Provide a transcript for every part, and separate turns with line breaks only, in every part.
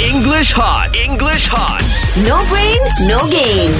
English hot. English hot.
No brain, no game.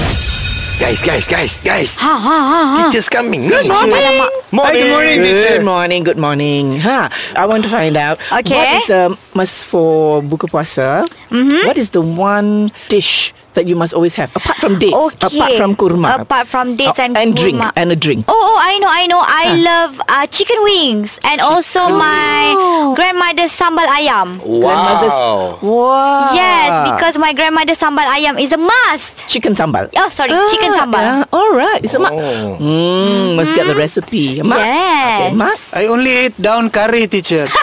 Guys, guys, guys, guys.
Ha ha ha ha.
Teacher's coming. Good
Alamak.
Morning. Good morning, teacher.
Good morning, good morning. Ha, I want to find out
Okay.
what is the must for buka puasa? Mm-hmm. What is the one dish that you must always have apart from dates,
Okay.
apart from kurma,
Apart from dates
Oh,
and
and drink
kurma.
and Ah. a drink.
Oh, oh, I know, I know. I love uh, chicken wings and also my
Oh.
grandmother's sambal ayam.
Grandmother's
Wow.
wow.
Yes, because my grandmother's sambal ayam is a must.
chicken sambal.
Oh, sorry, chicken
Ah,
sambal. Mm-hmm.
yeah. All right. It's a mak.
Oh.
Mm, must get the recipe. Mak. Okay,
Yes.
mak.
I only ate down curry, teacher.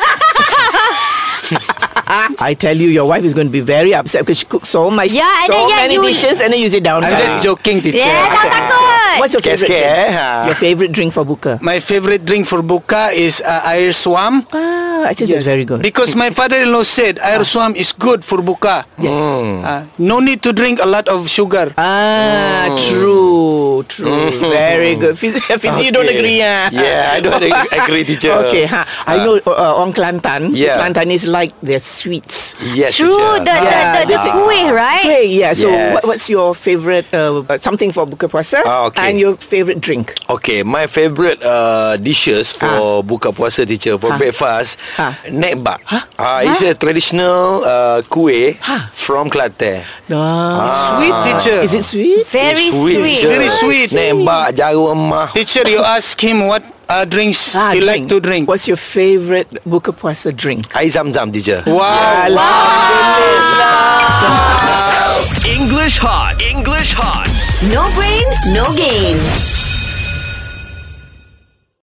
I tell you, your wife is going to be very upset because she cooks so much,
Yeah, and
so
then, yeah,
many
you-
dishes, and then you sit down.
I'm just joking, teacher.
Yeah, tak takut.
What's your favorite?
Sikit, sikit,
drink?
eh, ha.
Your favorite drink for buka?
My favorite drink for buka is uh, air swam.
Ah, actually, it's very good. Ah.
Because my father-in-law said air swam is good for buka.
Yes. Mm.
Uh, no need to drink a lot of sugar.
Ah, true, true. Very good. Fizi, Fizi you don't
Okay.
agree, ah?
Yeah, I don't ag- agree, teacher.
Okay, ha. I know uh, on Kelantan,
Yeah.
Kelantan is like their sweets.
Yes,
True, the,
teacher.
the,
Yeah,
the, the
they-
kuih, right?
Hey, yeah. So, what,
Yes.
what's your favorite uh, something for buka puasa
Ah, okay.
and your favorite drink?
Okay, my favorite uh, dishes
Ha.
for buka puasa teacher for breakfast,
Ah.
neck bak. Ah,
Ha?
it's a traditional uh, kuih from Kelantan.
Ah,
Sweet, teacher.
Is it sweet?
Very
It's
sweet.
teacher.
Very sweet.
Neck bak, jarum ah. emah.
Teacher, you ask him what uh, drinks
Ah,
he like to drink.
What's your favorite buka puasa drink?
Air zam-zam teacher.
Oh, Wow.
English hot. English hot.
No brain, no game.